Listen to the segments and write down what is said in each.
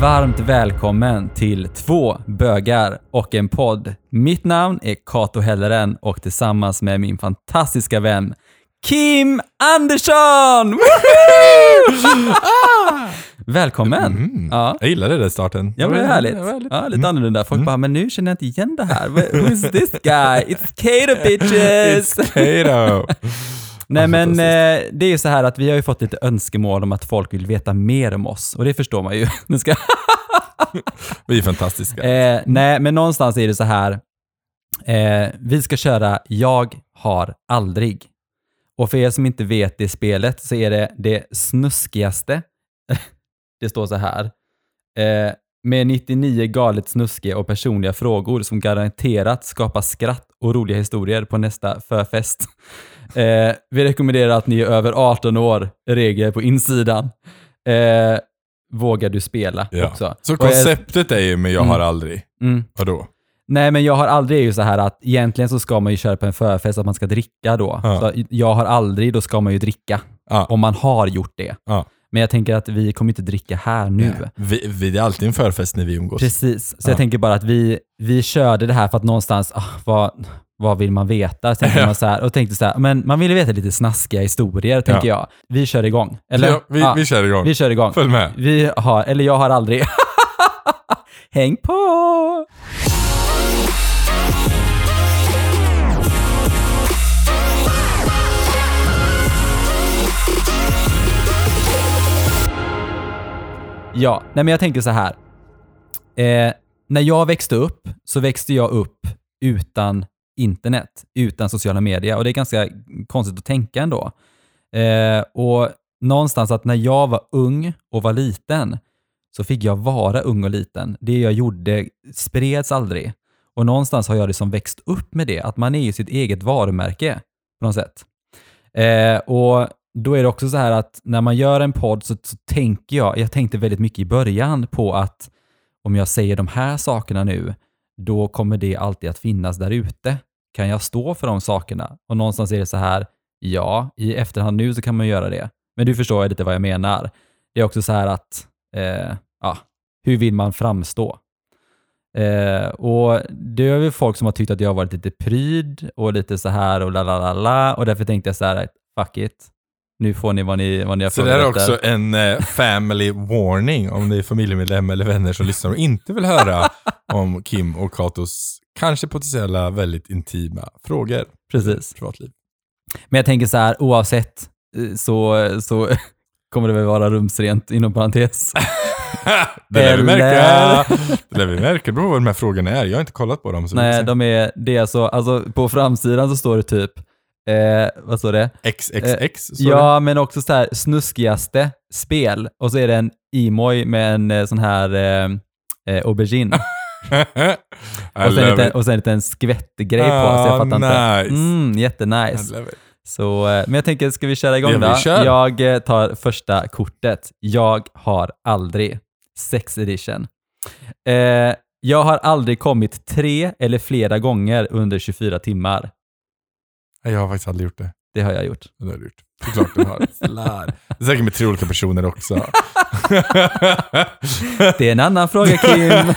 varmt välkommen till Två bögar och en podd. Mitt namn är Kato Helleren och tillsammans med min fantastiska vän Kim Andersson! Woho! Ah! Välkommen! Ja. Jag gillade det där starten. Ja, men det är härligt. Det var härligt. Ja, lite annorlunda. Folk bara, men nu känner jag inte igen det här. Who's this guy? It's Kato bitches! Hej då! Nej men eh, det är ju så här att vi har ju fått lite önskemål om att folk vill veta mer om oss och det förstår man ju. Nu ska, Vi är fantastiska. eh, nej men någonstans är det så här, eh, vi ska köra Jag har aldrig. Och för er som inte vet det spelet så är det det snuskigaste. det står så här. Eh, med 99 galet snuskiga och personliga frågor som garanterat skapar skratt och roliga historier på nästa förfest. Eh, vi rekommenderar att ni är över 18 år, regler på insidan. Eh, vågar du spela också? Ja. Så Och jag- konceptet är ju men jag har aldrig. Mm. Vadå? Nej, men jag har aldrig är ju så här att egentligen så ska man ju köra på en förfest att man ska dricka då. Ja. Så jag har aldrig, då ska man ju dricka. Ja. Om man har gjort det. Ja. Men jag tänker att vi kommer inte dricka här nu. Vi, vi det är alltid en förfest när vi umgås. Mm. Precis, så Ja. jag tänker bara att vi, vi körde det här för att någonstans, ah, vad, vad vill man veta? Så Tänkte man så här, och tänkte så här, men man ville veta lite snaskiga historier, tänker jag. Vi kör igång, eller? Ja, vi, Ja, vi kör igång. vi kör igång. Följ med. Vi har, eller jag har aldrig. Häng på! Ja, nej men jag tänker så här. Eh, när jag växte upp så växte jag upp utan internet, utan sociala medier och det är ganska konstigt att tänka ändå. Eh, och någonstans att när jag var ung och var liten så fick jag vara ung och liten. Det jag gjorde spreds aldrig. Och någonstans har jag liksom växt upp med det, att man är ju sitt eget varumärke på något sätt. Eh, och då är det också så här att när man gör en podd så, så tänker jag, jag tänkte väldigt mycket i början på att om jag säger de här sakerna nu, då kommer det alltid att finnas där ute. Kan jag stå för de sakerna? Och någonstans är det så här, ja, i efterhand nu så kan man göra det. Men du förstår ju lite vad jag menar. Det är också så här att, eh, ja, hur vill man framstå? Eh, och det är väl folk som har tyckt att jag har varit lite pryd och lite så här och la la la la och därför tänkte jag så här, fuck it. Nu får ni vad ni, vad ni har Så det här är frågat efter. också en eh, family warning om det är familjemedlem eller vänner som lyssnar och inte vill höra om Kim och Katos kanske potentiella väldigt intima frågor. Precis. Privatliv. Men jag tänker så här, oavsett eh, så, så kommer det väl vara rumsrent inom parentes. Det lär vi Eller- märka. Det lär vi märka. Det beror på vad de här frågorna är. Jag har inte kollat på dem. Så vi får Nej, se. de är, det är så, alltså på framsidan så står det typ, eh, vad står det? XXX. så Eh, ja, men också så här snuskigaste spel och så är det en emoj med en eh, sån här eh, eh, aubergine det- I och sen, love lite, it. och sen lite en skvättgrej på, Ah, så jag fattar inte. nice. Mm, jättenice. I love it. Så, eh, men jag tänker, ska vi köra igång Ja, vi då? kör. Jag eh, tar första kortet. Jag har aldrig. Sex edition. Eh, jag har aldrig kommit tre eller flera gånger under 24 timmar. Nej, Jag har faktiskt aldrig gjort det. Det har jag gjort. Det har du gjort. Det är klart du har. Slar. Det är säkert med tre olika personer också. Det är en annan fråga Kim.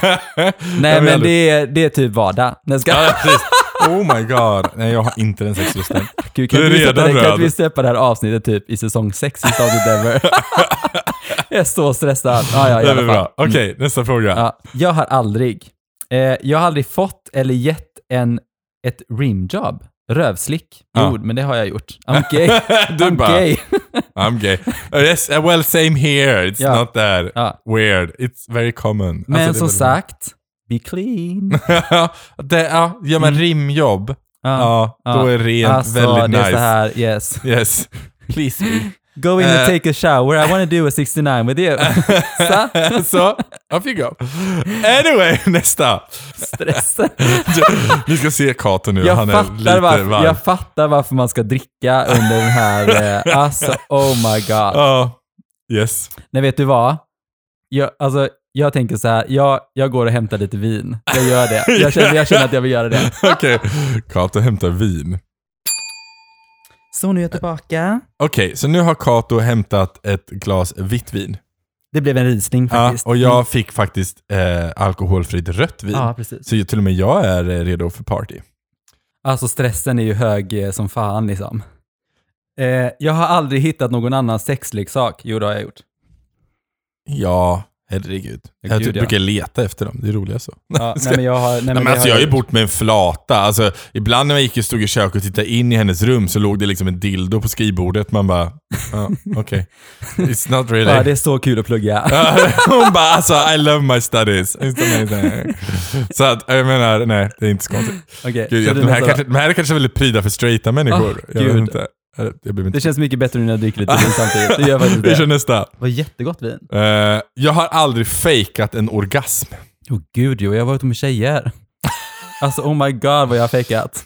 Nej men det är, det är typ vardag. Nej, ska, Ja, precis. Oh my god. Nej, jag har inte den sexlusten. Gud, kan du är inte vi sätta redan det- kan inte röd. vi släppa det här avsnittet typ i säsong 6 i Stardew Ever? jag är så stressad. Ah, ja, i Det alla är fall. bra. Okej, nästa fråga. Ja, jag har aldrig. Eh, jag har aldrig fått eller gett en, ett rimjob. Rövslick. Ja. Jo, men det har jag gjort. I'm gay. du I'm bara, gay. I'm gay. Oh, yes, uh, well same here. It's Ja. not that Ja. weird. It's very common. Men som Alltså, det är sagt, be clean. väldigt- det, ja, gör man rimjobb, Mm. Ja. ja, då Ja. är rent alltså, väldigt det är så nice. här, yes. Yes. Please me. Go in Eh. and take a shower, I wanna do a 69 with you. Så, Så, off you go. Anyway, nästa. stress. Ni ska se Kato nu, Jag han är fattar, lite varför, varm. jag fattar varför man ska dricka under den här, eh, alltså oh my god. Ja, yes. Nej, vet du vad? Jag, alltså, jag tänker så här, jag, jag går och hämtar lite vin. Jag gör det. Jag känner, jag känner att jag vill göra det. Okej, Kato hämtar vin. Så nu är jag tillbaka. Okej, så nu har Kato hämtat ett glas vitt vin. Det blev en risning Ja, faktiskt. och jag fick faktiskt eh, alkoholfritt rött vin. Ja, precis. Så ju- till och med jag är eh, redo för party. Alltså stressen är ju hög eh, som fan liksom. Eh, jag har aldrig hittat någon annan sexleksak. Jo, det har jag gjort. Ja, herregud. Ja, Jag gud, typ ja. brukar leta efter dem, det är roligare så. Ja, nej, men jag har, nej, men Nej, men det alltså, har jag har ju gjort. bort med en flata. Alltså, ibland när jag gick och stod i köket och tittade in i hennes rum så låg det liksom en dildo på skrivbordet. Man bara, ja, okej. It's not really... Ja, det är så kul att plugga. Hon bara alltså I love my studies. It's amazing. så att jag menar, nej det är inte så konstigt. Okej, Gud, så jag, det de, här nästa kanske, de här är kanske väldigt pryda för straighta människor. Ah, jag vet gud. inte. Jag, jag blir Det inte. känns mycket bättre nu när jag dricker lite vin samtidigt. Det gör faktiskt Vi kör det. nästa. var jättegott vin. Eh, jag har aldrig fejkat en orgasm. Åh gud, jo, jag har varit med tjejer. Alltså oh my god vad jag har fejkat.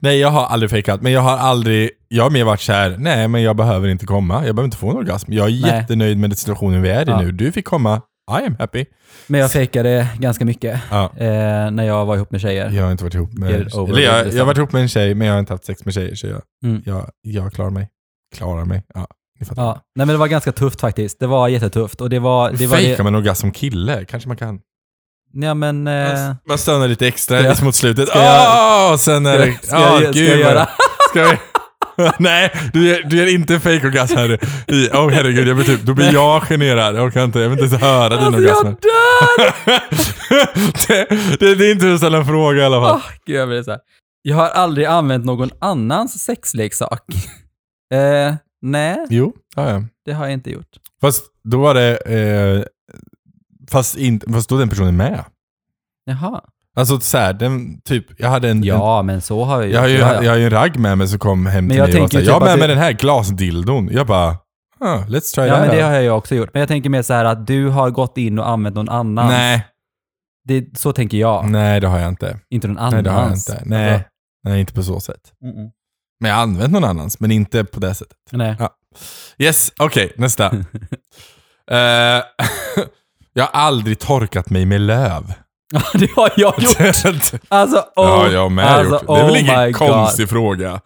Nej, jag har aldrig fejkat, men jag har aldrig... Jag har mer varit så här, nej men jag behöver inte komma. Jag behöver inte få en orgasm. Jag är jättenöjd med den situationen vi är i Ja. nu. Du fick komma. I am happy. Men jag fejkade ganska mycket Ja. eh, när jag var ihop med tjejer. Jag har inte varit ihop med... Get it over Eller jag, with, jag har varit ihop med en tjej, men jag har inte haft sex med tjejer. Så jag, Mm. jag, jag klarar mig. Klarar mig. Ja, ni fattar. Ja. Nej men det var ganska tufft faktiskt. Det var jättetufft. Och det var... Det var Fejkar det, man orgasm som kille? Kanske man kan. nej men... Eh, Man stönar lite extra Ska jag- liksom mot slutet. ska jag- Åh! och sen är ska det... jag- ska jag- Ah, ska jag gud, vad- göra? Ska jag... Nej, du gör, du gör inte en fake orgasm här. I- Åh herregud, jag blir typ, då blir jag generad. Jag, kan inte, jag vill inte ens höra din alltså jag orgasm. dör! det, det, det är inte att ställa en fråga i alla fall. Åh, gud, jag, blir så här. jag har aldrig använt någon annans sexleksak. eh, nej, Jo, ja, ja. det har jag inte gjort. Fast då var det... Eh, fast, in, fast då är den personen med. Jaha. Alltså så här, den, typ, jag hade en... en Ja, men så har jag jag har, ju, Ja, ja. jag har ju en ragg med mig som kom hem till jag mig och var tänker så här, typ jag har att med det- mig den här glasdildon. Jag bara, ah, let's try Ja, that men det out. har jag ju också gjort. Men jag tänker mer så här att du har gått in och använt någon annan. Nej, Det, så tänker jag, nej det har jag inte. inte någon Mm. Nej, det har jag annans. inte. Nej. Alltså, nej, inte på så sätt. mm-mm. Men jag har använt någon annans, men inte på det sättet. Nej. Yes, okej, nästa. Eh, jag har aldrig torkat mig med löv. det har jag gjort. Alltså, oh, det har jag med alltså, gjort. Det är väl oh my ingen God. konstig fråga.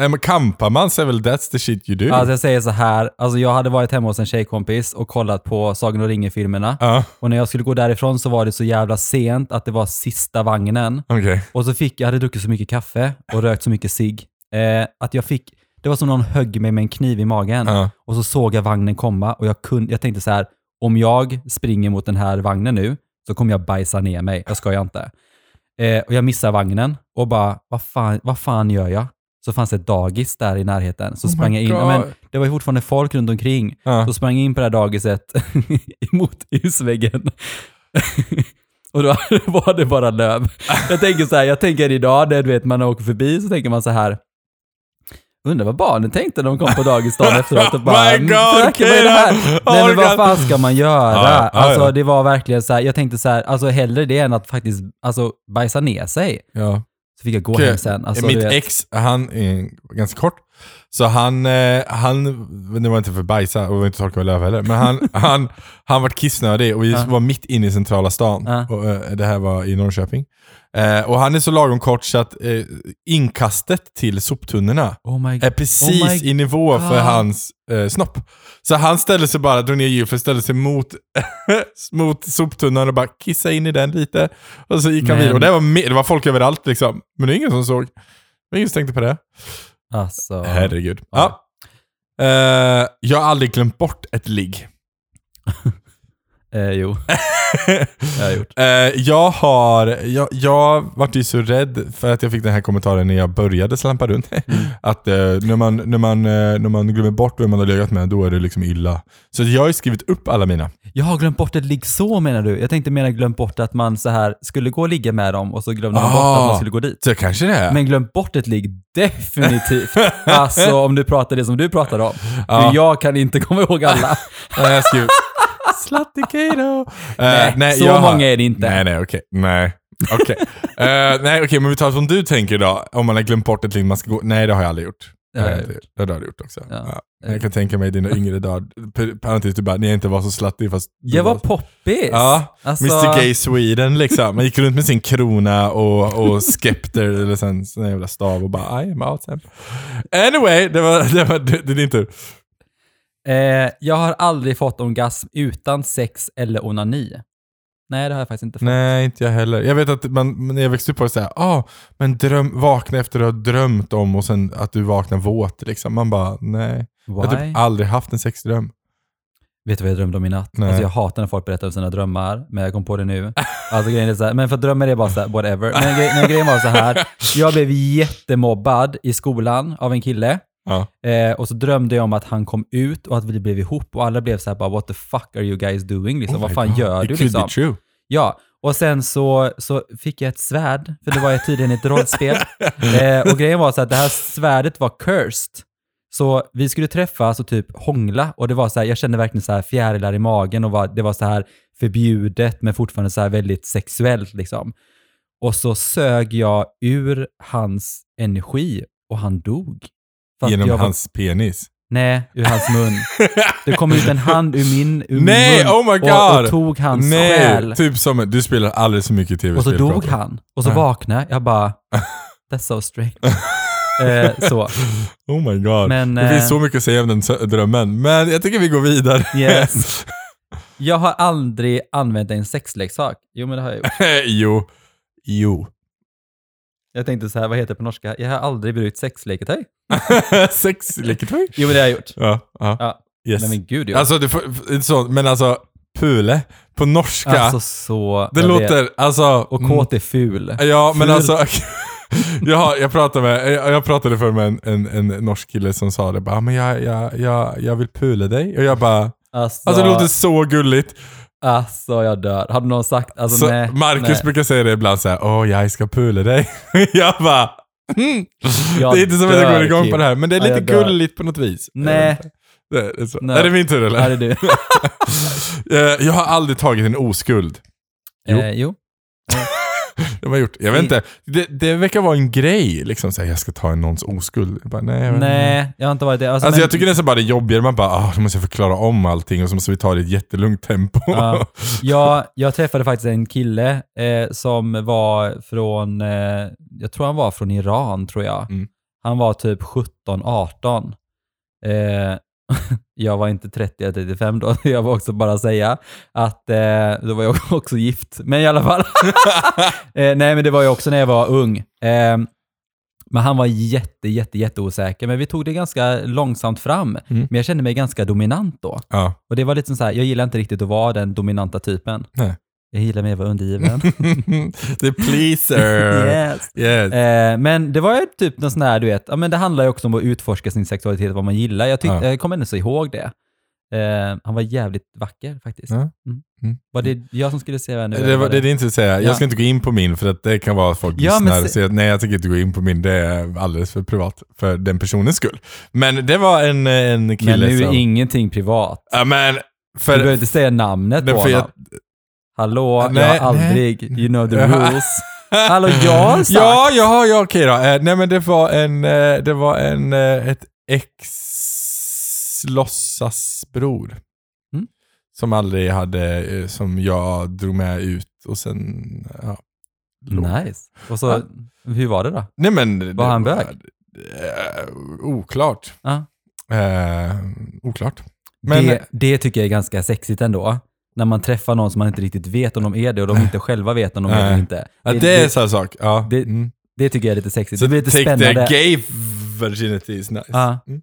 Eh, men Kampar man så är väl that's the shit you do? Alltså jag säger så här, alltså jag hade varit hemma hos en tjejkompis och kollat på Sagan och ringen-filmerna. Ja, Och när jag skulle gå därifrån så var det så jävla sent att det var sista vagnen. okej. Och så fick, jag hade druckit så mycket kaffe och rökt så mycket cigg. Eh, att jag fick, det var som någon högg mig med en kniv i magen. Ja. Och så såg jag vagnen komma och jag, kunde, jag tänkte så här, om jag springer mot den här vagnen nu så kommer jag bajsa ner mig. Jag skojar inte. Eh, och jag missar vagnen och bara, vad fan, vad fan gör jag? Så fanns det ett dagis där i närheten. Så Oh my sprang jag in. God. Men det var ju fortfarande folk runt omkring. Ja. Så sprang jag in på det här dagiset emot husväggen. Och då var det bara löv. Jag tänker så här, jag tänker idag när du vet, man åker förbi så tänker man så här. Undrar vad barnen tänkte när de kom på dagis dagen efteråt och bara My God, "Fröken, vad är det här?" Kira! Nej men vad Orkar- fan ska man göra? Ja, ja, alltså ja. det var verkligen så här, jag tänkte så här, alltså hellre det än att faktiskt alltså, bajsa ner sig. Ja. Så fick jag gå Okej, hem sen. Alltså, Mitt du vet. ex, han är ganska kort. Så han, eh, han, det var inte för att bajsa och var inte torka med löv heller, men han, han, han var kissnödig och vi Ja. var mitt inne i centrala stan. Ja. Och, eh, det här var i Norrköping. Eh, och han är så lagom kort så att eh, inkastet till soptunnorna oh my är god. precis Oh my i nivå för God. hans eh, snopp. Så han ställde sig bara, drog ner djuret, ställde sig mot, mot soptunnan och bara kissade in i den lite. Och så gick Men- han vidare. Och det var, me- det var folk överallt liksom. Men det är ingen som såg. Det är ingen som tänkte på det. Alltså, Herregud. Ja. Ja. Eh, jag har aldrig glömt bort ett ligg. eh, jo. jag har gjort. Eh, jag har, jag, jag vart ju så rädd för att jag fick den här kommentaren när jag började slampa runt. Mm. att eh, när, man, när, man, eh, när man glömmer bort vem man har legat med, då är det liksom illa. Så jag har ju skrivit upp alla mina. Jag har glömt bort ett ligg så menar du? Jag tänkte mena glömt bort att man så här skulle gå och ligga med dem och så glömde man bort Ah. att man skulle gå dit. Så kanske det är. Men glömt bort ett ligg, definitivt. alltså om du pratar det som du pratar om. Ja. För jag kan inte komma ihåg alla. Nej, Eh, jag skrev... Slattikado! nej, så många är det inte. Nej, nej, okej. Nej. Okej. Eh, nej, okej, men vi tar som du tänker då. Om man har glömt bort ett link man ska gå... Nej, det har jag aldrig gjort. Det har jag inte gjort. Det har du gjort också. Ja. Ja. Jag kan tänka mig dina yngre dagar. P- Parentes, du bara, ni inte var så slattig fast... du Jag var poppis. Ja, Alltså- Mr Gay Sweden liksom. Man gick runt med sin krona och, och skepter eller sen sån jävla stav och bara I am out. Sam." Anyway, det var, det var det, det är din tur. Eh, jag har aldrig fått orgasm utan sex eller onani. Nej, det har jag faktiskt inte fått. Nej, inte jag heller. Jag vet att man, när jag växte upp var det såhär, ah, men dröm, vakna efter att ha drömt om och sen att du vaknar våt. Liksom. Man bara, nej. Jag har Why? typ aldrig haft en sexdröm. Vet du vad jag drömde om i natt? Nej. Alltså jag hatar när folk berättar om sina drömmar, men jag kom på det nu. Alltså grejen är så här, men för drömmar är bara så här, whatever. Men, gre- men grejen var så här, jag blev jättemobbad i skolan av en kille. Ja. Eh, och så drömde jag om att han kom ut och att vi blev ihop och alla blev så här bara, what the fuck are you guys doing? Liksom, Oh vad my fan God. gör du? It could Liksom? be true. Ja, och sen så, så fick jag ett svärd, för det var ju tydligen ett rollspel. Eh, och grejen var så att det här svärdet var cursed. Så vi skulle träffas och typ hångla och det var så här, jag kände verkligen så här fjärilar i magen och var, det var så här förbjudet men fortfarande så här väldigt sexuellt liksom. Och så sög jag ur hans energi och han dog. För att Genom jag var- hans penis. Nej, ur hans mun. Det kom ut en hand ur min, ur Nej, min mun oh my och, och God. tog hans nej, själ. typ som du spelar alldeles för mycket Och så tv-spel. dog Patrik. han. Och så Mm. Ja. vaknade jag bara, that's so strange. eh, så. Oh my god. Men, det eh, finns så mycket att säga om den sö- drömmen, men jag tycker vi går vidare. Yes. Jag har aldrig använt en sexleksak. Jo, men det har jag gjort. jo. Jo. Jag tänkte så här, vad heter det på norska? Jag har aldrig brutit sexleketøy. Sex leketøy. Jo, men det har jag gjort. Ja, ja. Ja. Yes. Nej, men gud ja. Alltså, Alltså, du får, inte så, men alltså, pule på så... norska. det Alltså, jag vet. låter, alltså... Och kåt är ful. Ja, men Fult. alltså... jag, har- jag, pratade med, jag jag pratade för med en, en, en norsk kille som sa det. Bara, "Ah, men jag, jag, jag, jag vill pula dig. Och jag bara... Alltså, Alltså det låter så gulligt. alltså, jag dör. Hade någon sagt, alltså Så nej. Marcus nej. brukar säga det ibland såhär, åh jag ska pula dig. jag bara, mm. Jag det är inte som att jag dör, går igång Kim. på det här, men det är Ja, jag lite dör. gulligt på något vis. Nej, Det är, så. Nej. Är det min tur eller? här är du. Eh, Jag har aldrig tagit en oskuld. Jo. Eh, jo. Det har jag gjort. Jag Mm. vet inte. Det, det verkar vara en grej, liksom såhär, jag ska ta en någons oskuld. Jag bara, nej, jag vet inte. Nej, jag har inte varit det. Alltså, Alltså men- jag tycker nästan bara det är jobbigare, man bara ah, då måste jag förklara om allting och så måste vi ta det i ett jättelugnt tempo. Ja. Jag, jag träffade faktiskt en kille eh, som var från, eh, jag tror han var från Iran tror jag. Mm. Han var typ 17-18. Eh, jag var inte 30-35 då, jag var också bara säga att eh, då var jag också gift. Men i alla fall. eh, nej men det var ju också när jag var ung. Eh, men han var jätte, jätte, jätte osäker. Men vi tog det ganska långsamt fram. Mm. Men jag kände mig ganska dominant då. ja. Och det var lite så här, jag gillar inte riktigt att vara den dominanta typen. Nej. Jag gillar mer att vara undergiven. The pleaser. yes. Yes. eh, men det var ju typ någon sån här, du vet, ja, men det handlar ju också om att utforska sin sexualitet, vad man gillar. Jag, tyck, Ja. jag kommer ändå så ihåg det. Eh, han var jävligt vacker faktiskt. Ja. Mm. Mm. Var det jag som skulle säga nu? Det, var, det är din tur att säga. Ja. Jag ska inte gå in på min för att det kan vara att folk Ja, men lyssnar se- och säger att nej jag tänker inte gå in på min, det är alldeles för privat för den personens skull. Men det var en, en Men kille nu är som... ingenting privat. ja, men Du för, behöver inte säga namnet på Nej, för honom. jag- Hallå, Nej, jag har aldrig, you know the rules. Hallå, jag har sagt. Mm. Ja, ja, ja, okej då. Eh, nej men det var en, eh, det var en, eh, ett ex låtsasbror. Mm. Som aldrig hade, eh, som jag drog med ut och sen, ja. låg. Nice. Och så, Ja. hur var det då? Nej men... det Var han bög? eh, oklart. Ja. Eh, oklart. Men, det, det tycker jag är ganska sexigt ändå. När man träffar någon som man inte riktigt vet om de är det och de inte själva vet om de är det eller Nej. inte. ja, det, är det, samma sak. Ja. det- mm. det tycker jag är lite sexigt. Så det blir lite take spännande. the gay virginity is nice. Ja. Mm.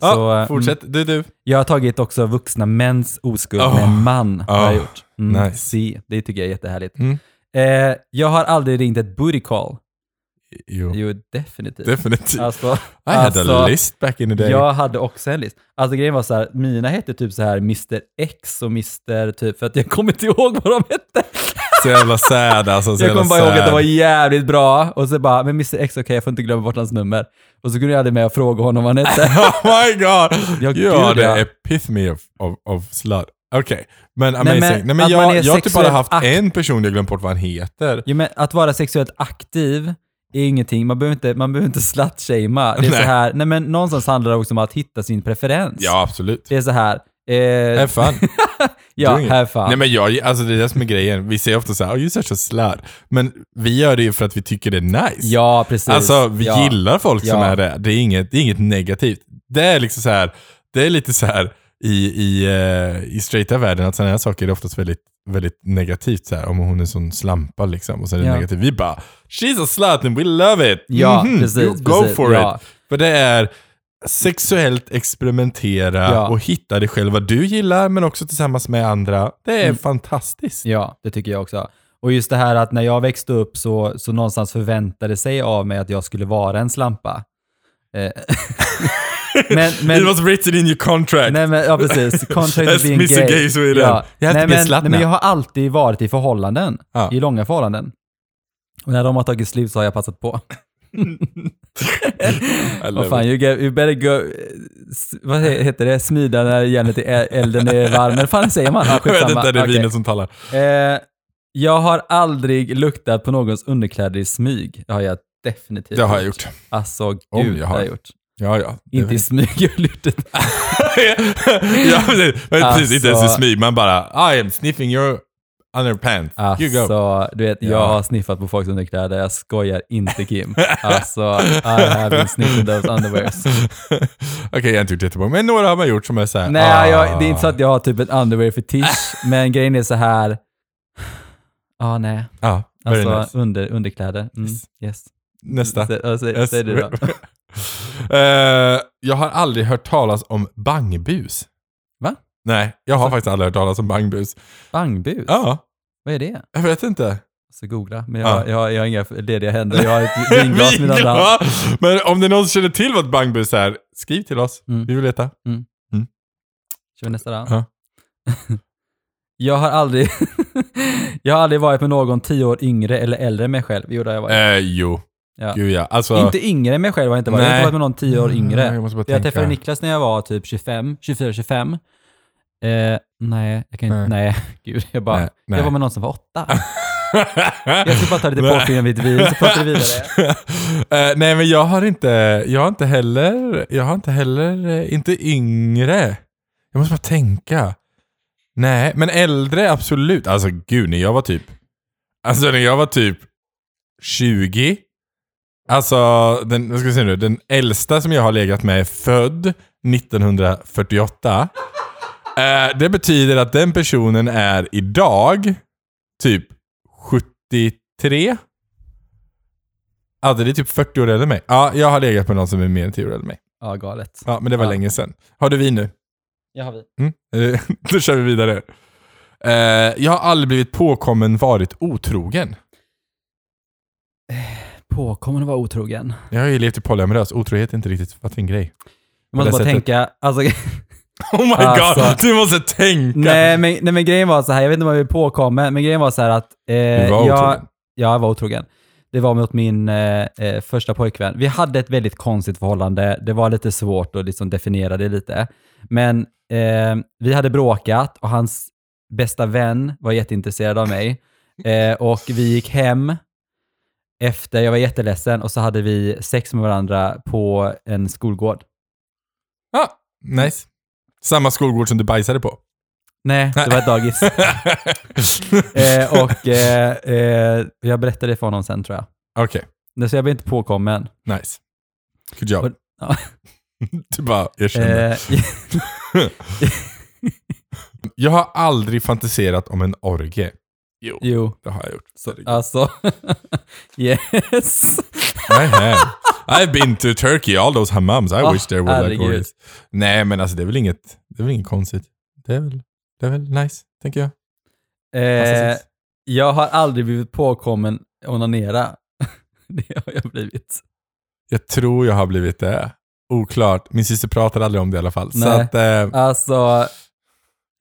Ja, Så, eh, fortsätt. Du, du. Jag har tagit också vuxna mäns oskuld Oh. med en man. har jag Oh. gjort. Mm, Nice. see. det tycker jag är jättehärligt. Mm. Eh, jag har aldrig ringt ett booty call. Jo, Jo, definitivt. Mm. definitivt. Alltså, I had alltså, a list back in the day. jag hade också en list. Alltså grejen var så här, mina hette typ så här Mr X och Mr typ, för att jag kommer inte ihåg vad de hette. Så jävla sad alltså. Så Jag jävla kommer bara ihåg att det sad. var jävligt bra och så bara, men Mr X, okej jag får inte glömma bort hans nummer. Och så kunde jag aldrig med och fråga honom vad han hette. Oh my god! Ja, you are gud, the ja. epitome of, of, of slut. Okej, men men amazing. Nej, men, att man jag, är jag har typ bara sexuellt haft akt- en person jag glömt bort vad han heter. jo, men att vara sexuellt aktiv är ingenting, man behöver inte, man behöver inte slut-shamea. Det är så Nej. här, nej men någonstans handlar det också om att hitta sin preferens. Ja, absolut. Det är så här, eh, Have fun. ja, doing it. här fan. Nej men jag, alltså det är det som är grejen. Vi säger ofta så här, oh, you're such a slut. Men vi gör det ju för att vi tycker det är nice. ja, precis. alltså vi ja. gillar folk som Ja. är det. Det är inget, det är inget negativt. Det är liksom så här, det är lite så här, i, i, eh, i straighta världen att sådana här saker är oftast väldigt, väldigt negativt. Så här, om hon är en sån slampa liksom. Och så är det Ja. negativt. Vi bara “She's a slut and we love it!” Ja, Mhm, precis. you Go precis, for ja. it! För det är sexuellt experimentera Ja. och hitta dig själv vad du gillar men också tillsammans med andra. Det är Mm. fantastiskt. Ja, det tycker jag också. Och just det här att när jag växte upp så, så någonstans förväntade sig av mig att jag skulle vara en slampa. Eh, men, men, It was written in your contract. nej, men, ja precis. Contrary As to being Mr. gay. Gay så är det. Jag är nej, inte mer men, slapp nej, men nu. jag har alltid varit i förhållanden. Ja. I långa förhållanden. Och när de har tagit slut så har jag passat på. I love Vad fan, it. you, get, you better go... eh, s- Vad he- heter det? Smida när järnet är ä- elden är varm. Eller fan säger man? Ja, Jag vet skitsamma. inte, det är Okej. vinet som talar. Eh, jag har aldrig luktat på någons underkläder i smyg. Det har jag definitivt Det har jag gjort. Alltså, gud, jag det har. har jag gjort. Ja, ja. Inte i smyg, jag har gjort det. ja, precis. Men precis inte ens i Alltså- smyg. Man bara I am sniffing your underpants. You go. Alltså, du vet, jag Ja. har sniffat på folks underkläder. Jag skojar inte, Kim. Alltså, I have sniffed those underwears. Okej, jag har inte gjort jättemånga, men några har man gjort som är såhär. Nej, Ah. jag, det är inte så att jag har typ en underwear-fetisch, men grejen är så här. Ja, ah, nej. Ja, very Alltså, nice. under, underkläder. Mm, Yes. yes. Nästa. Sä- ja, Säg, Yes. säg du då. Eh, jag har aldrig hört talas om bangbus. Va? Nej, jag har faktiskt aldrig hört talas om bangbus. Bangbus? Ja, Vad är det? jag vet inte. Så googla. Men Ja. jag, jag, jag har inga lediga händer. Jag har ett vinglas i min andra hand. Ja, Men om det är någon som känner till vad ett bangbus är, skriv till oss. Mm. Vi vill veta. Kör vi nästa då? Ja. jag har aldrig Jag har aldrig varit med någon tio år yngre eller äldre än mig själv. Jo, det har jag varit. Eh, jo. Ja. Gud ja. Alltså, Inte yngre än mig själv har jag inte varit. Jag har Nej. Mm, inte varit med någon tio år yngre. Jag måste bara Jag tänka. träffade Niklas när jag var typ 25, 24-25. Eh, nej, jag kan inte, Nej. nej. gud. Jag, bara, Nej, nej. jag var med någon som var åtta. Jag skulle bara ta lite porrfilm och vitt vin, så pratar vi vidare. Eh, nej men jag har inte, jag har inte heller, jag har inte heller, eh, inte yngre. Jag måste bara tänka. Nej, men äldre absolut. Alltså gud, när jag var typ, alltså när jag var typ 20. Alltså, den, vad ska vi se nu, den äldsta som jag har legat med är född 1948. Eh, det betyder att den personen är idag typ 73. Ja, det är typ 40 år äldre än mig. Ja, jag har legat med någon som är mer än 10 år äldre än mig. Ja, galet. Ja, men det var Ja. länge sedan. Har du vi nu? Jag har vi. Mm. Eh, Då kör vi vidare. Eh, jag har aldrig blivit påkommen varit otrogen. Påkommen att vara otrogen. Jag har ju levt i polyamorös. Otrohet är inte riktigt vad en grej. Jag måste det bara sättet. tänka, alltså Oh my Alltså. du måste tänka! Nej men, nej men grejen var så här, jag vet inte om jag blev påkommen, men grejen var så här att... Eh, Du var jag, otrogen. Ja, jag var otrogen. Det var mot min eh, eh, första pojkvän. Vi hade ett väldigt konstigt förhållande. Det var lite svårt att liksom definiera det lite. Men eh, vi hade bråkat och hans bästa vän var jätteintresserad av mig. Eh, och vi gick hem efter, jag var jätteledsen, och så hade vi sex med varandra på en skolgård. Ah, nice. Samma skolgård som du bajsade på. Nej, det var ett dagis. Eh, och eh, eh, jag berättade det för honom sen tror jag. Okej, Nej, Så jag blev inte påkommen. nice. Good job. Och- ja. du bara erkände. Eh, Jag har aldrig fantiserat om en orgie. Jo. jo, Det har jag gjort. alltså. yes. I have. I've been to Turkey, all those hammams. I Ah, wish there were like herregud. orgies. Nej, men alltså det är väl inget, det är väl inget konstigt. Det är väl, det är väl nice, tänker jag. Eh, Alltså, jag har aldrig blivit påkommen onanera. Det har jag blivit. jag tror jag har blivit det. Oklart. Min syster pratar aldrig om det i alla fall. Så Nej. att, eh, Alltså,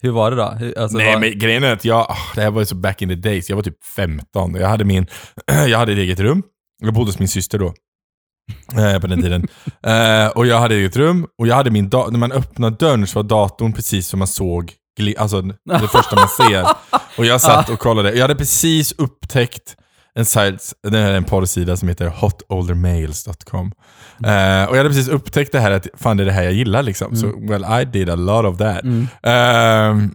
hur var det då? Hur, alltså, Nej, var, men grejen är att jag, ah, det här var ju så back in the days. Jag var typ 15. Jag hade, min, jag hade ett eget rum. Jag bodde hos min syster då. eh, På den tiden. Eh, och jag hade eget rum och jag hade min da- när man öppnade dörren så var datorn precis som man såg, gli- alltså det första man ser. Och jag satt och kollade. Jag hade precis upptäckt en sajt, det här är en porrsida som heter hotoldermales.com. Eh, och jag hade precis upptäckt det här att fan det är det här jag gillar liksom. Så well I did a lot of that. Ehm,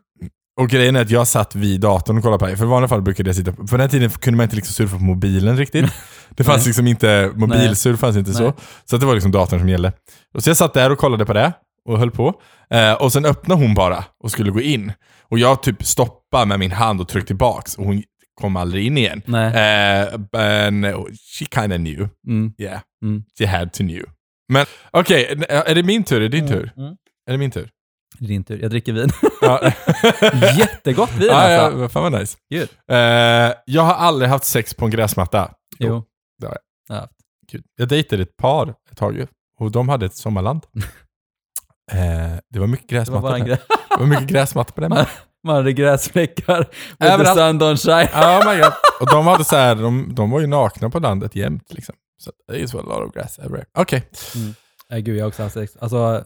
och grejen är att jag satt vid datorn och kollade på det. här. För i vanliga fall brukade jag sitta på, på den här tiden kunde man inte liksom surfa på mobilen riktigt. Det fanns liksom inte, mobilsurf fanns inte Nej. så. Så att det var liksom datorn som gällde. Och så jag satt där och kollade på det. och höll på. Eh, och sen öppnade hon bara och skulle gå in. Och jag typ stoppade med min hand och tryckte tillbaks och hon kom aldrig in igen. Nej. Eh, men she kinda knew. Mm. Yeah. Mm. She had to knew. Men okej, är det min tur? Är det din Mm. tur? Är det min tur? Det är din tur. Jag dricker vin. Ja. Jättegott vin Ja, ja, alltså. vad fan vad nice. Gud. Eh, jag har aldrig haft sex på en gräsmatta. Jo. Det har jag. Ja. Kul. Jag dejtade ett par ett tag ju, och de hade ett sommarland. Eh, det var mycket Det var gräsmatta. bara en där. gräs. det var mycket gräsmatta på den. Man- Man hade gräsfläckar. With the Överallt. sun don't shine. oh my god. Och de, hade så här, de, de var ju nakna på landet jämt. Liksom. Så att, det är så a lot of grass everywhere. Okej. Nej, Eh, gud, jag har också haft sex. Alltså, ah,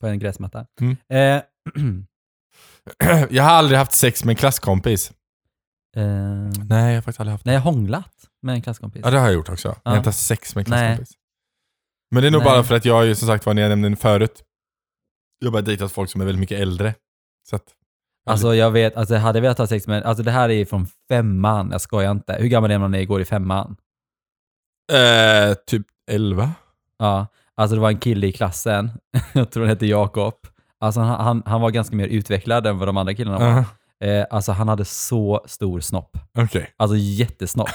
på en gräsmatta. Mm. Eh, jag har aldrig haft sex med en klasskompis. eh, Nej, jag har faktiskt aldrig haft nej, jag har hånglat med en klasskompis. Ja, det har jag gjort också. Jag Ja. har inte haft sex med en Nej. klasskompis. Men det är nog Nej. bara för att jag, är ju som sagt var, när jag nämnde den förut, jag har bara dejtat folk som är väldigt mycket äldre. Så att, Alltså jag vet, alltså hade vi haft sex med, alltså det här är ju från femman, jag skojar inte. Hur gammal är man när det går i femman? eh, typ 11? Ja, alltså det var en kille i klassen, jag tror han hette Jakob. Alltså han, han, han var ganska mer utvecklad än vad de andra killarna var. Aha, Eh, alltså han hade så stor snopp. Okej. Alltså jättesnopp.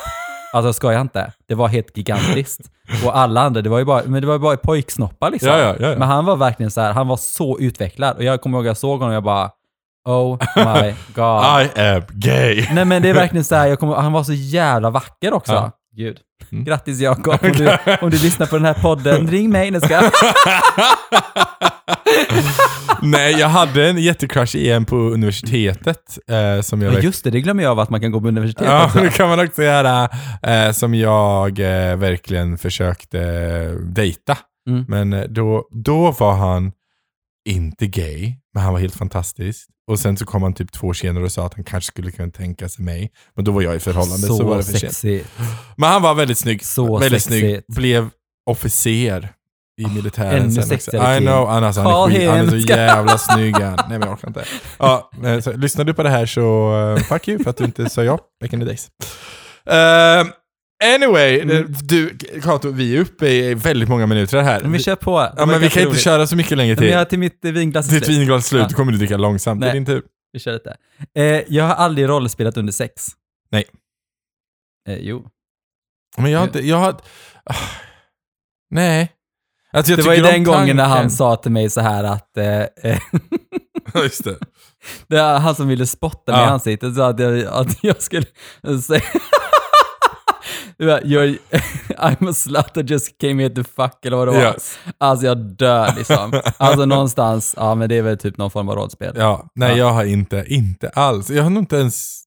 Alltså jag skojar inte. Det var helt gigantiskt. Och alla andra, det var ju bara, men det var ju bara pojksnoppar liksom. Ja, ja, ja, ja. Men han var verkligen så här, han var så utvecklad. Och jag kommer ihåg att jag såg honom och jag bara, oh my god. I am gay! Nej men det är verkligen så här, jag kommer, han var så jävla vacker också. Ja. Gud. Mm. Grattis Jakob om, du- om du lyssnar på den här podden. Ring mig nu ska jag. Nej, jag hade en jättecrush igen på universitetet. Eh, som jag Ja, verkligen- just det, det glömmer jag av att man kan gå på universitet Ja, också. det kan man också göra. Eh, som jag eh, verkligen försökte eh, dejta. Mm. Men eh, då, då var han inte gay, men han var helt fantastisk. Och sen så kom han typ två år senare och sa att han kanske skulle kunna tänka sig mig. Men då var jag i förhållande så, Så, var det för sent. sexigt. Men han var väldigt snygg. Så väldigt snygg. sexigt. Ah, Blev officer i militären ännu sen också. sexigare I kid. know, han, alltså, han, Call är skit, han är him. så jävla snygg han. Nej men jag orkar inte. Ja, eh, så, lyssnar du på det här så eh, fuck you för att du inte sa ja back in the days. Ehm, anyway, eh, Mm. du Kato, vi är uppe i väldigt många minuter här. Men vi kör på. Det ja, men vi verkar kan inte roligt. köra så mycket längre Men till. jag har till mitt eh, vinglass är Ditt slut. vinglas slut, Ja. då kommer du dricka långsamt. Det är Nej. din tur. Vi kör lite. Eh, jag har aldrig rollspelat under sex. Nej. Eh, jo. Men jag har inte, jag har... ah, Nej. Alltså, jag det var ju tycker om den gången när han tanken. sa till mig så här att, eh, eh, Just det. det var han som ville spotta mig i Ja. ansiktet så att jag, att jag skulle säga Det var, You're, I'm a slut that just came here to fuck eller vad det var. Yes. Alltså jag dör liksom. Alltså någonstans, ja men det är väl typ någon form av rollspel. Ja, nej Ja. jag har inte, inte alls. Jag har nog inte ens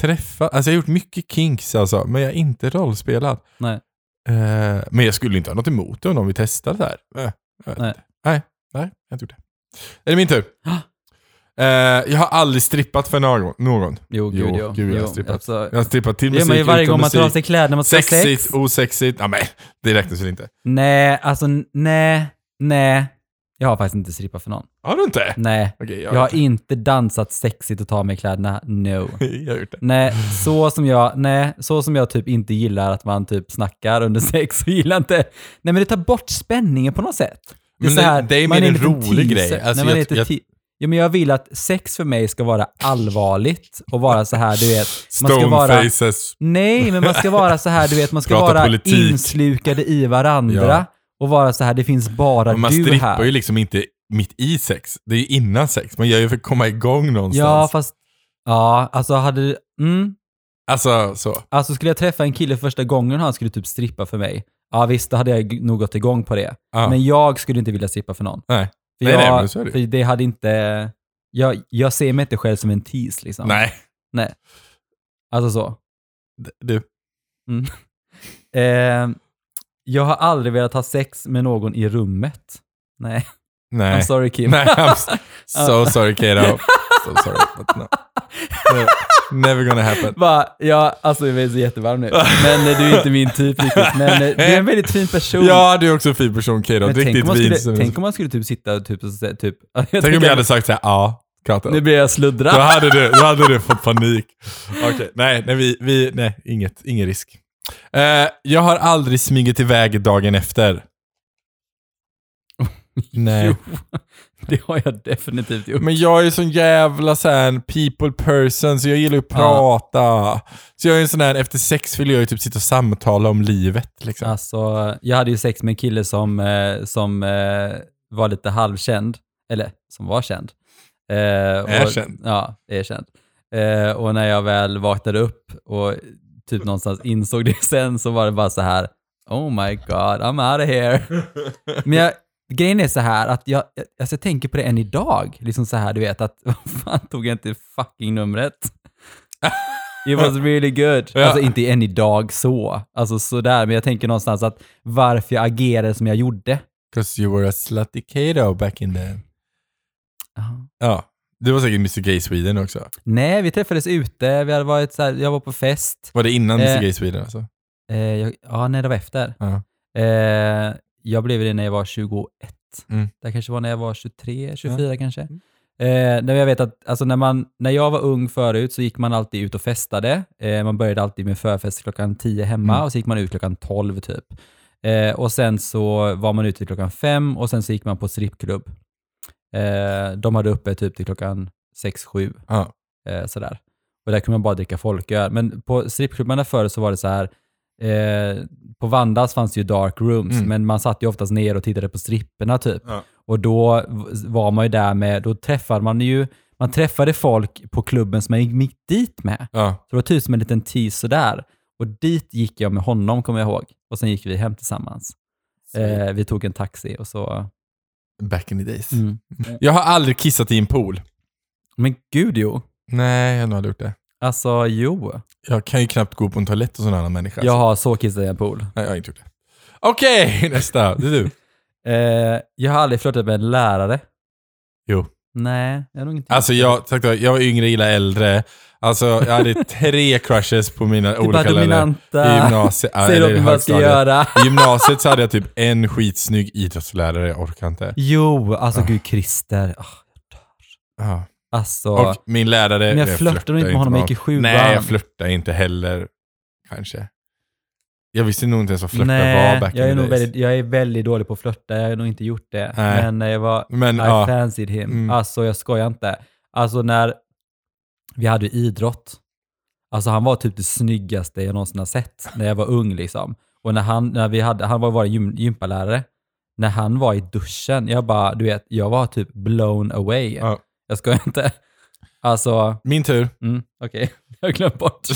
träffat, alltså jag har gjort mycket kinks alltså, men jag har inte rollspelat. Nej. Eh, men jag skulle inte ha något emot det om vi testar det här. Eh, jag vet Nej. inte. nej, nej, jag har inte gjort det. Är det min tur? Ah. Eh, jag har aldrig strippat för någon. någon. Jo, gud, Jo, jo. gud, jag har jo. strippat. Alltså, Jag har strippat till det gör musik, man ju varje utan gång man tar av musik. sig kläderna man ska ha sex. Sexigt, osexigt. Ja, nej, det räknas väl inte. Nej, alltså n- nej, nej. Jag har faktiskt inte strippat för någon. Har du inte? Nej. Okej, jag, Jag har inte dansat sexigt och ta av mig kläderna. No. jag har gjort det. Nej, så som jag, nej, så som jag typ inte gillar att man typ snackar under sex så gillar jag inte... Nej men det tar bort spänningen på något sätt. Men så det- här, det är man mer en liten rolig grej. teaser. Alltså, nej, man jag- är jag- jag, ti- jo, men jag vill att sex för mig ska vara allvarligt och vara så här, du vet. Man ska vara, Stonefaces. Nej, men man ska vara så här, du vet, man ska Prata vara politik. inslukade i varandra Ja. och vara så här, det finns bara Men man du strippar här. ju liksom inte mitt i sex. Det är ju innan sex. Man gör ju för att komma igång någonstans. ja, fast... Ja, alltså hade mm, Alltså så. Alltså skulle jag träffa en kille första gången och han skulle typ strippa för mig, ja visst, då hade jag g- nog gått igång på det. Ja. Men jag skulle inte vilja strippa för någon. Nej. För Nej, jag, nej, men så är det ju. För det hade inte... Jag, jag ser mig inte själv som en tease liksom. Nej. Alltså så. D- Du. Eh, jag har aldrig velat ha sex med någon i rummet. Nej, Nej. I'm sorry Kim. Nej, I'm s- so sorry Kato. So sorry. But no. Never- Never gonna happen. Bara, ja, alltså jag är så jättevarm nu. Men eh, du är inte min typ riktigt. Men eh, du är en väldigt fin person. Ja, du är också en fin person Kato. men Drick tänk om, ditt man vin. skulle, så- tänk om man skulle typ sitta och typ, och så- typ Tänk om jag hade sagt såhär, ja, Kato. Nu blir jag sluddra. Då hade du, då hade du fått panik. Okej, nej, nej, vi, vi, nej, inget, ingen risk. Eh, jag har aldrig smugit iväg dagen efter. Nej. Jo, det har jag definitivt gjort. Men jag är ju sån jävla sån people person, så jag gillar ju att prata. Så jag är en sån här, efter sex vill jag ju typ sitta och samtala om livet. Liksom. Alltså, jag hade ju sex med en kille som, eh, som eh, var lite halvkänd, eller som var känd. Eh, Är och- känd. Ja, är känd. Eh, och när jag väl vaknade upp och typ någonstans insåg det sen så var det bara så här, oh my god, I'm out of here. Men jag, grejen är så här att jag, jag, alltså jag tänker på det än idag, liksom så här du vet att, vad fan tog jag inte fucking numret? It was really good. Ja. Alltså inte än idag så, alltså sådär, men jag tänker någonstans att varför jag agerade som jag gjorde. Cause you were a slutty kato back in then. Ja. Det var säkert Mr Gay Sweden också. Nej, vi träffades ute, vi hade varit så här, jag var på fest, Var det innan Eh. Mr Gay Sweden alltså? Eh, jag, ja, nej, det var efter. Ja. Eh, jag blev det när jag var 21. Mm. Det kanske var när jag var 23, 24 kanske. Eh, när jag vet att alltså, när, man, när jag var ung förut så gick man alltid ut och festade. Eh, man började alltid med förfest klockan 10 hemma Mm. och så gick man ut klockan 12 typ. Eh, och sen så var man ute klockan 5 och sen så gick man på strippklubb. Eh, de hade uppe typ till klockan 6-7 Ja. eh, sådär. Och där kunde man bara dricka folköl. Men på strippklubbarna förr så var det så här, eh, på Vandas fanns det ju dark rooms, Mm. men man satt ju oftast ner och tittade på stripperna typ. Ja. Och då v- var man ju där med, då träffade man ju, man träffade folk på klubben som man gick mitt dit med. Ja. Så det var typ som en liten teaser där. Och dit gick jag med honom, kommer jag ihåg. Och sen gick vi hem tillsammans. Eh, vi tog en taxi och så... Back in the days. Mm. Jag har aldrig kissat i en pool. Men gud jo. Nej, jag har nog aldrig gjort det. Alltså jo. Jag, Jag kan ju knappt gå på en toalett och sån annan människa. jag har så kissat i en pool. Nej, jag har inte gjort det. Okej, nästa. Det är du. Eh, jag har aldrig flörtat med en lärare. Jo. Nej, jag har nog inte Alltså jag, sagt, jag var yngre, gillade äldre. Alltså jag hade tre crushes på mina det. är bara olika lärare. I dominanta. gymnasiet, ja, Säger eller i åt mig vad jag ska högstadiet. göra. I gymnasiet så hade jag typ en skitsnygg idrottslärare, jag orkar inte. Jo, alltså Ah. gud Christer. Ah, Ja. Alltså, Och min lärare... men jag jag flörtade nog inte med honom, jag gick i sjuan. Nej, jag flörtade inte heller. Kanske. Jag visste nog inte ens vad flörta var Nej, back jag är, in the nog days. väldigt, jag är väldigt dålig på att flörta, jag har nog inte gjort det. Nej. Men eh, jag var, Men I ja, fancied him. Mm. Alltså jag skojar inte. Alltså när vi hade ju idrott. Alltså han var typ det snyggaste jag någonsin har sett när jag var ung liksom. Och när han, när vi hade, han var vår gym, gympalärare. När han var i duschen, jag bara, du vet, jag var typ blown away. Ja. Jag skojar inte. Alltså, min tur. mm, okej, jag har glömt bort.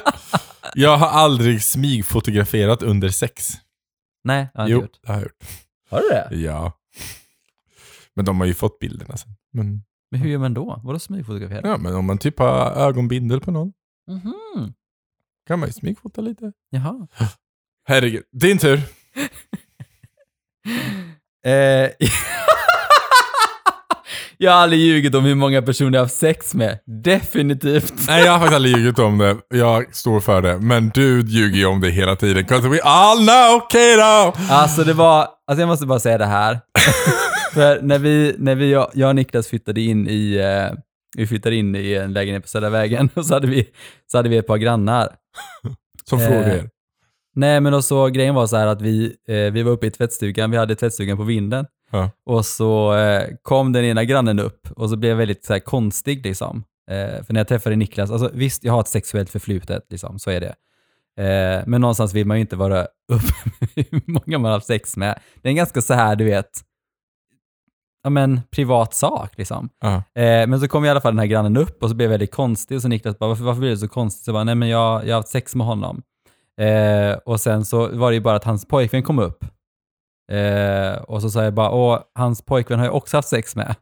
jag har aldrig smygfotograferat under sex. Nej, jag har inte Jo, gjort. det har jag gjort. Har du det? Ja. Men de har ju fått bilderna sen. Men, Men hur gör man då? Vadå smygfotografera? ja, men om man typ har ögonbindel på någon Mhm. kan man ju smygfota lite. Jaha. Herregud. Din tur. Eh, jag har aldrig ljugit om hur många personer jag har haft sex med. Definitivt. Nej, jag har faktiskt aldrig ljugit om det. Jag står för det. Men du ljuger ju om det hela tiden. 'Cause we all know, Kato! Alltså det var, alltså jag måste bara säga det här. För när vi, när vi, jag jag och Niklas flyttade in i, eh, vi flyttade in i en lägenhet på Södra vägen och så hade vi, så hade vi ett par grannar. Som Eh. frågar er. Nej men och så grejen var så här att vi, eh, vi var uppe i tvättstugan, vi hade tvättstugan på vinden. Ja. Och så eh, kom den ena grannen upp och så blev jag väldigt så här, konstig liksom. Eh, för när jag träffade Niklas, alltså visst jag har ett sexuellt förflutet liksom, så är det. Eh, men någonstans vill man ju inte vara uppe med hur många man har haft sex med. Det är en ganska så här, du vet, ja men privat sak liksom. Ja. Eh, men så kom i alla fall den här grannen upp och så blev jag väldigt konstig och så Niklas bara, varför, varför blev du så konstig? Så jag bara, nej men jag, jag har haft sex med honom. Eh, och sen så var det ju bara att hans pojkvän kom upp. Eh, och så sa jag bara, åh, hans pojkvän har jag också haft sex med.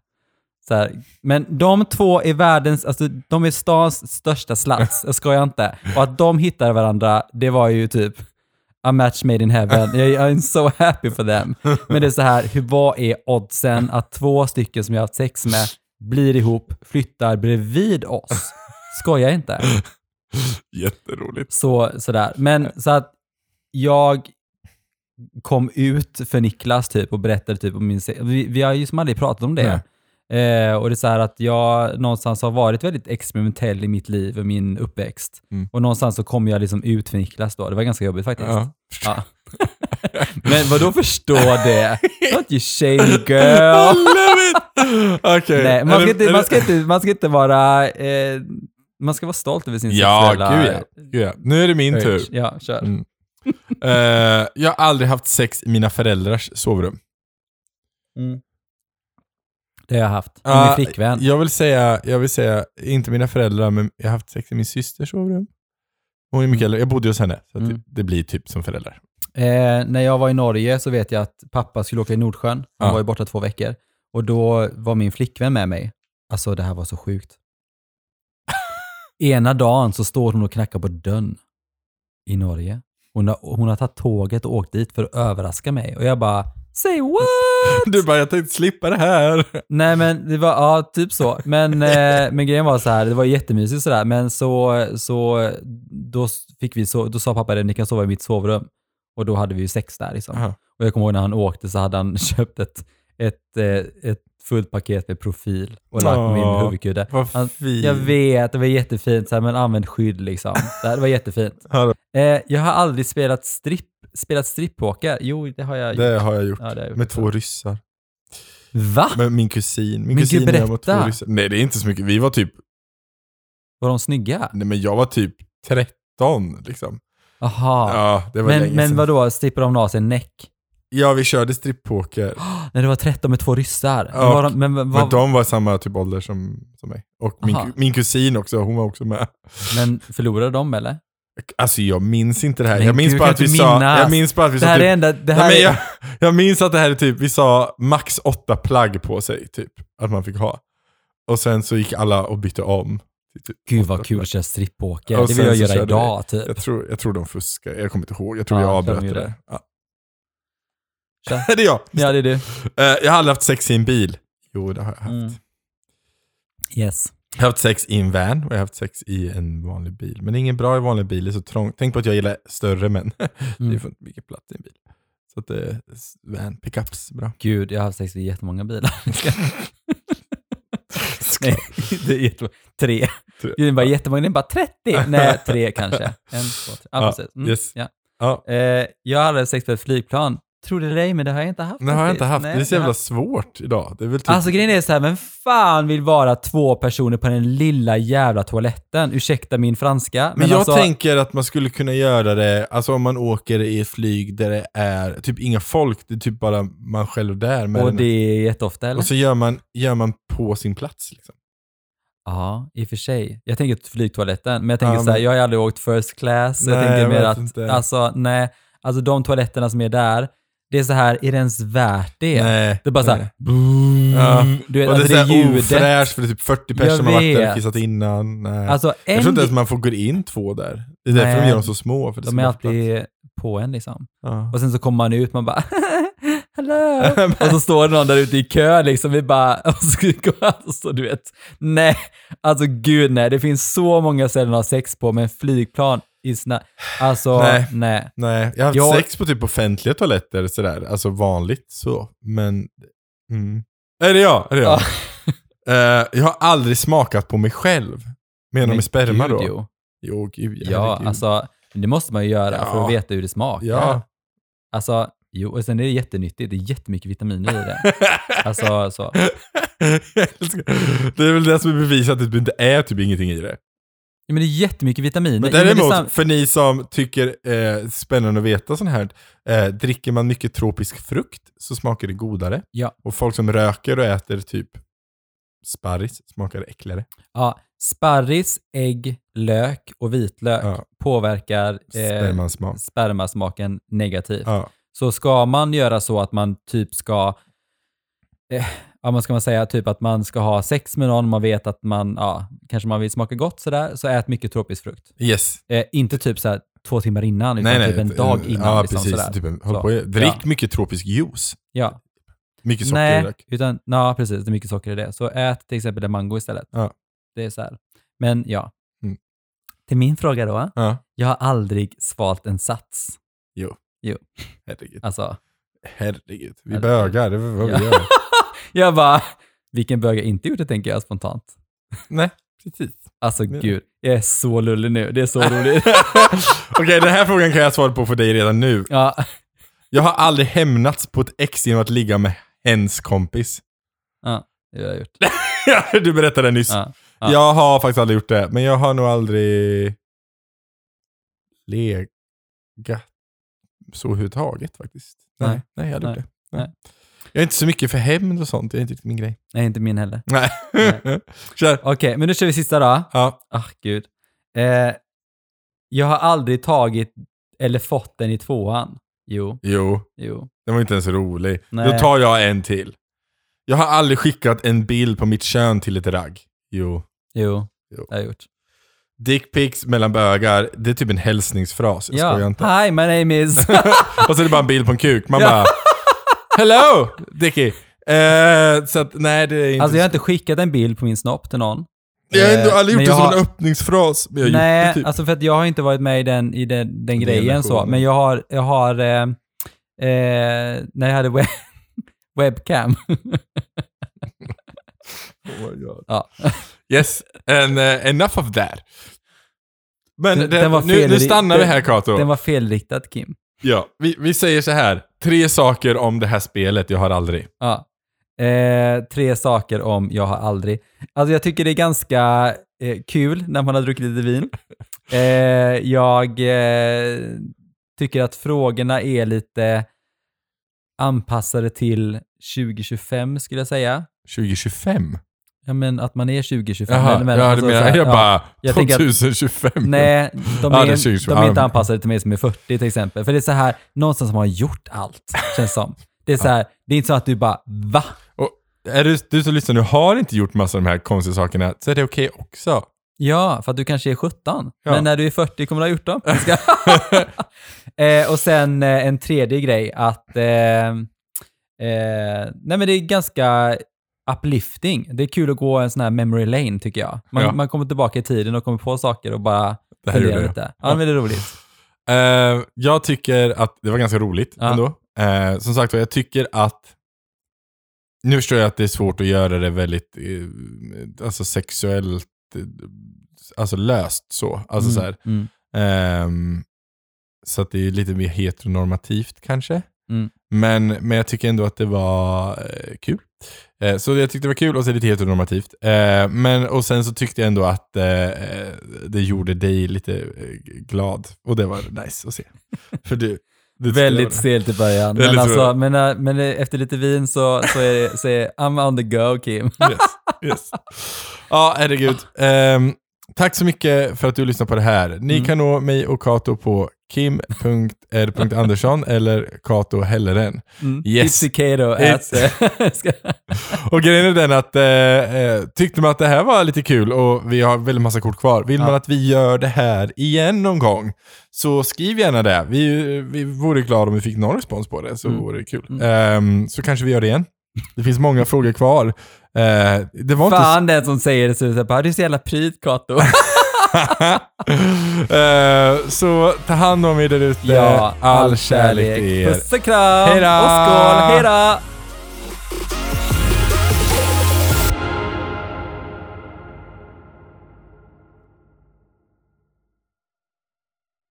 Så här. Men de två är världens, alltså de är stans största slats, jag skojar inte. Och att de hittar varandra, det var ju typ a match made in heaven. Jag, I'm so happy for them. Men det är så här, hur, vad är oddsen att två stycken som jag har haft sex med blir ihop, flyttar bredvid oss? Skojar inte. Jätteroligt. Så, sådär. Men så att jag kom ut för Niklas typ och berättade typ om min se- vi, vi har ju som aldrig pratat om det. Eh, och det är så här att jag någonstans har varit väldigt experimentell i mitt liv och min uppväxt. Mm. Och någonstans så kom jag liksom ut för Niklas då. Det var ganska jobbigt faktiskt. Ja. Ja. Men vadå förstå det? Don't you shame girl. I love it! Eh. Okej. Nej, Är man, ska det- är inte, det- man, ska inte, man ska inte vara... Eh, man ska vara stolt över sin Ja, sexuella... gud ja. gud ja. Nu är det min tur. urge. Ja, kör. Mm. Eh, jag har aldrig haft sex i mina föräldrars sovrum. Det har jag haft. Med Ah, min flickvän. Jag vill, säga, jag vill säga, inte mina föräldrar, men jag har haft sex i min systers sovrum. Hon är mycket äldre. Jag bodde hos henne, så att Mm. det, det blir typ som föräldrar. Eh, när jag var i Norge så vet jag att pappa skulle åka i Nordsjön. Han Ja. var ju borta två veckor. Och då var min flickvän med mig. Alltså det här var så sjukt. Ena dagen så står hon och knackar på dörren i Norge. Hon har, hon har tagit tåget och åkt dit för att överraska mig. Och jag bara, say what? Du bara, jag tänkte slippa det här. Nej men det var, ja typ så. Men, eh, men grejen var så här, det var jättemysigt sådär. Men så, så då fick vi, så, då sa pappa det, ni kan sova i mitt sovrum. Och då hade vi ju sex där liksom. Aha. Och jag kommer ihåg när han åkte så hade han köpt ett, ett, eh, ett fullt paket med profil och lagt på min Åh, huvudkudde. Vad Han- fint. Jag vet, det var jättefint, så här, men använd skydd liksom. Det, här, det var jättefint. Ja, Eh, jag har aldrig spelat stripp, spelat strippoker. Jo, det har jag gjort. Det har jag gjort. Ja, det har jag gjort. Med två ryssar. Va? Med min kusin. Min Men kusin gud, och jag var berätta. två ryssar. Nej, det är inte så mycket. Vi var typ, Var de snygga? nej men jag var typ 13 liksom. Aha. Ja, det var Men, länge men sedan. vadå, stippar de av sig en näck? Ja, vi körde strippoker. När det var 13 med två ryssar? Ja, var de, men, vad- Men de var samma typ ålder som, som mig. Och min, Aha. min kusin också, hon var också med. men förlorade de eller? Alltså jag minns inte det här. Men jag minns gud, bara kan att vi inte sa... minnas. Jag minns bara att vi Det sa här är typ... enda... Det Nej, här men är, jag, jag minns att det här är typ, vi sa max åtta plagg på sig, typ. Att man fick ha. Och sen så gick alla och bytte om. Typ, Gud vad åtta kul plagg. att köra strippoker. Och Det vill sen jag så göra körde vi. idag typ. Jag tror, jag tror de fuskar. Jag kommer inte ihåg. Jag tror Ja, jag jag tror avbröt de det gjorde där. Ja. Tja. det är jag. Ja, det är du. Eh, jag har aldrig haft sex i en bil. Jo, det har jag haft. Mm. Yes. Jag har haft sex i en van och jag har haft sex i en vanlig bil. Men det är ingen bra i vanlig bil, det är så trångt. Tänk på att jag gillar större män. Det är Mm. för mycket plats i en bil. Så att eh, van, pickups, bra. Gud, jag har haft sex med jättemånga bilar. Nej, det är jättemånga. Tre. Tre. Det är bara jättemånga. Det är bara 30. Nej, tre kanske. En, två, tre. Ja, Ja, precis. Mm, yes. ja. Ja. Eh, jag hade sex på ett flygplan. Tror det eller ej, men det har jag inte haft. Nej, har jag faktiskt. inte haft. Nej, det är så jag har- jävla svårt idag. Det är väl typ... Alltså grejen är så här, men fan vill vara två personer på den lilla jävla toaletten? Ursäkta min franska. men jag alltså, tänker att man skulle kunna göra det, alltså om man åker i ett flyg där det är typ inga folk, det är typ bara man själv där. Med Och den. det är jätteofta eller? och så gör man, gör man på sin plats. Liksom. Ja, i och för sig. Jag tänker flygtoaletten, men jag tänker Ja, så här, men- jag har aldrig åkt first class. jag Nej, tänker jag mer vet att, inte. alltså nej, alltså de toaletterna som är där, det är så här, är det ens värt det? Nej. Det är bara så nej. här, boom, Ja. du vet, och det alltså det är, är så här ljudet. ofräscht för det är typ 40 personer Jag som har varit där vet. och kissat innan. Nej. Alltså jag en, tror inte ens man får gå in två där. Det är därför Nej. de gör dem så små. För det de ska är vara plats. alltid på en liksom. Ja. Och sen så kommer man ut, man bara Hello! och så står det någon där ute i kö liksom, vi bara, och så, och så du vet, nej, alltså gud nej, det finns så många ställen att ha sex på, men flygplan i sina, alltså nej. Nej. Nej, jag har haft Jag- sex på typ offentliga toaletter sådär. Alltså vanligt så. Men... Mm. Är det jag? Är det jag? Ja. Eh, jag har aldrig smakat på mig själv. Menar du Men med sperma gud, då? Jo. Jo, gud. Ja, herregud. alltså det måste man ju göra för Ja. att veta hur det smakar. Ja. Alltså, jo, och sen är det jättenyttigt, det är jättemycket vitaminer i det. Alltså, så. Jag älskar- det är väl det som är bevisat att det inte är typ ingenting i det. Ja, men det är jättemycket vitaminer. Men Jo, det är däremot, sam- för ni som tycker eh, spännande att veta sånt här, eh, dricker man mycket tropisk frukt så smakar det godare. Ja. Och folk som röker och äter typ sparris smakar det äckligare. ja, sparris, ägg, lök och vitlök Ja. påverkar eh, Spermansmak. spermasmaken negativt. Ja. Så ska man göra så att man typ ska, eh, ja vad ska man säga, typ att man ska ha sex med någon, man vet att man, ja, kanske man vill smaka gott sådär, så ät mycket tropisk frukt. Yes. Eh, inte typ såhär två timmar innan, utan typ en dag innan. eh, Ja, liksom, precis. Sådär. Typ en, håll Så. på. Drick Ja. mycket tropisk juice. Ja. Mycket socker i Nej, rök. utan, ja, precis, det är mycket socker i det. Så ät till exempel en mango istället. Ja. Det är så Men ja. Mm. Till min fråga då. Ja. Jag har aldrig svalt en sats. Herregud. Alltså, Herregud. Vi Herregud. bögar, det är vad Ja. vi gör. jag bara, vilken bög jag inte gjort det tänker jag spontant. Nej, precis. Alltså Men- gud, jag är så lullig nu. Det är så roligt. Okej, den här frågan kan jag svara på för dig redan nu. ja. Jag har aldrig hämnats på ett ex genom att ligga med hens kompis. Ja, det har jag gjort. du berättade nyss. Ja, ja. Jag har faktiskt aldrig gjort det, men jag har nog aldrig legat så överhuvudtaget faktiskt. Nej, Nej. nej, jag hade Nej. gjort det. Nej. Nej. Jag är inte så mycket för hämnd och sånt, det är inte riktigt min grej. Nej, inte min heller. Nej. Nej. Kör. Okej, men nu kör vi sista då. Ja. Ah, gud. Eh, jag har aldrig tagit eller fått den i tvåan. Jo, Jo, jo. den var inte ens rolig. Då Nej. tar jag en till. Jag har aldrig skickat en bild på mitt kön till ett ragg. Jo. Jo, Jo. det har jag gjort. Dickpics mellan bögar, det är typ en hälsningsfras. Jag skojar inte. Hi, my name is... Och så är det bara en bild på en kuk. Man bara Hello Dicky! Eh, så att nej det är inte... alltså jag har inte skickat en bild på min snopp till någon. jag har ändå eh, aldrig gjort men det jag som har- en öppningsfras. Men jag har Nej, gjort det typ. alltså för att jag har inte varit med i den, i den, den grejen så. versionen. Men jag har, jag har eh, eh, när jag hade web, webcam. Oh my God. ja. Yes, and eh, enough of that. Men Den- det- den var nu, fel- nu stannar vi här Kato. Den var felriktad Kim. Ja, vi, vi säger så här. Tre saker om det här spelet jag har aldrig. Ja. Eh, tre saker om jag har aldrig. Alltså jag tycker det är ganska eh, kul när man har druckit lite vin. Eh, jag eh, tycker att frågorna är lite anpassade till 2025 skulle jag säga. 2025? Ja men att man är 2025. Jaha, eller men, jag, alltså, hade så här, menar, jag ja. bara Jag tänker att- 2025. Nej, de Ja, är, det är 2025. de är inte Ja. anpassade till mig som är 40 till exempel. För det är så här, någonstans som har gjort allt, känns som. Det är så här, det är inte så att du bara va? Och är du, du som lyssnar nu har inte gjort massa av de här konstiga sakerna, så är det okej också. Ja, för att du kanske är 17. Ja. Men när du är 40 kommer du ha gjort dem. eh, och sen eh, en tredje grej att... Eh, eh, nej men det är ganska uplifting. Det är kul att gå en sån här memory lane tycker jag. Man, Ja. man kommer tillbaka i tiden och kommer på saker och bara Det här funderar gjorde jag. lite. Ja, men det är roligt. Eh, jag tycker att det var ganska roligt Ja. ändå. Eh, som sagt var, jag tycker att... Nu förstår jag att det är svårt att göra det väldigt eh, alltså sexuellt eh, alltså löst så. Alltså så här. Mm. Ehm, så att det är lite mer heteronormativt kanske. Mm. Men, men jag tycker ändå att det var eh, kul. Eh, så jag tyckte det var kul och så är det lite heteronormativt. Eh, men, och sen så tyckte jag ändå att eh, eh, det gjorde dig lite eh, glad. Och det var nice att se. För du, du tyckte Väldigt det var- stelt i början. Men, Väldigt alltså, roligt. men, eh, men eh, efter lite vin så, så, är, det- så är I'm on the go, Kim. Yes, yes. Ja, herregud. Ehm, tack så mycket för att du lyssnar på det här. Ni Mm. kan nå mig och Kato på kim.r.andersson eller Kato Helleren. Mm. Yes. Tipsy Kato. It's- at- eh, Ska- Och grejen är den att eh, eh, tyckte man att det här var lite kul och vi har väldigt massa kort kvar. Vill Ja. man att vi gör det här igen någon gång så skriv gärna det. Vi, vi vore glada om vi fick någon respons på det så Mm. vore det kul. Mm. Ehm, så kanske vi gör det igen. Det finns många frågor kvar. Eh, det var inte Fan den som säger det så är det så här, bara, du är så jävla pryd Kato. Eh, så ta hand om er där ute. All kärlek till er. Puss och kram. Hej då! Och skål. Hej då!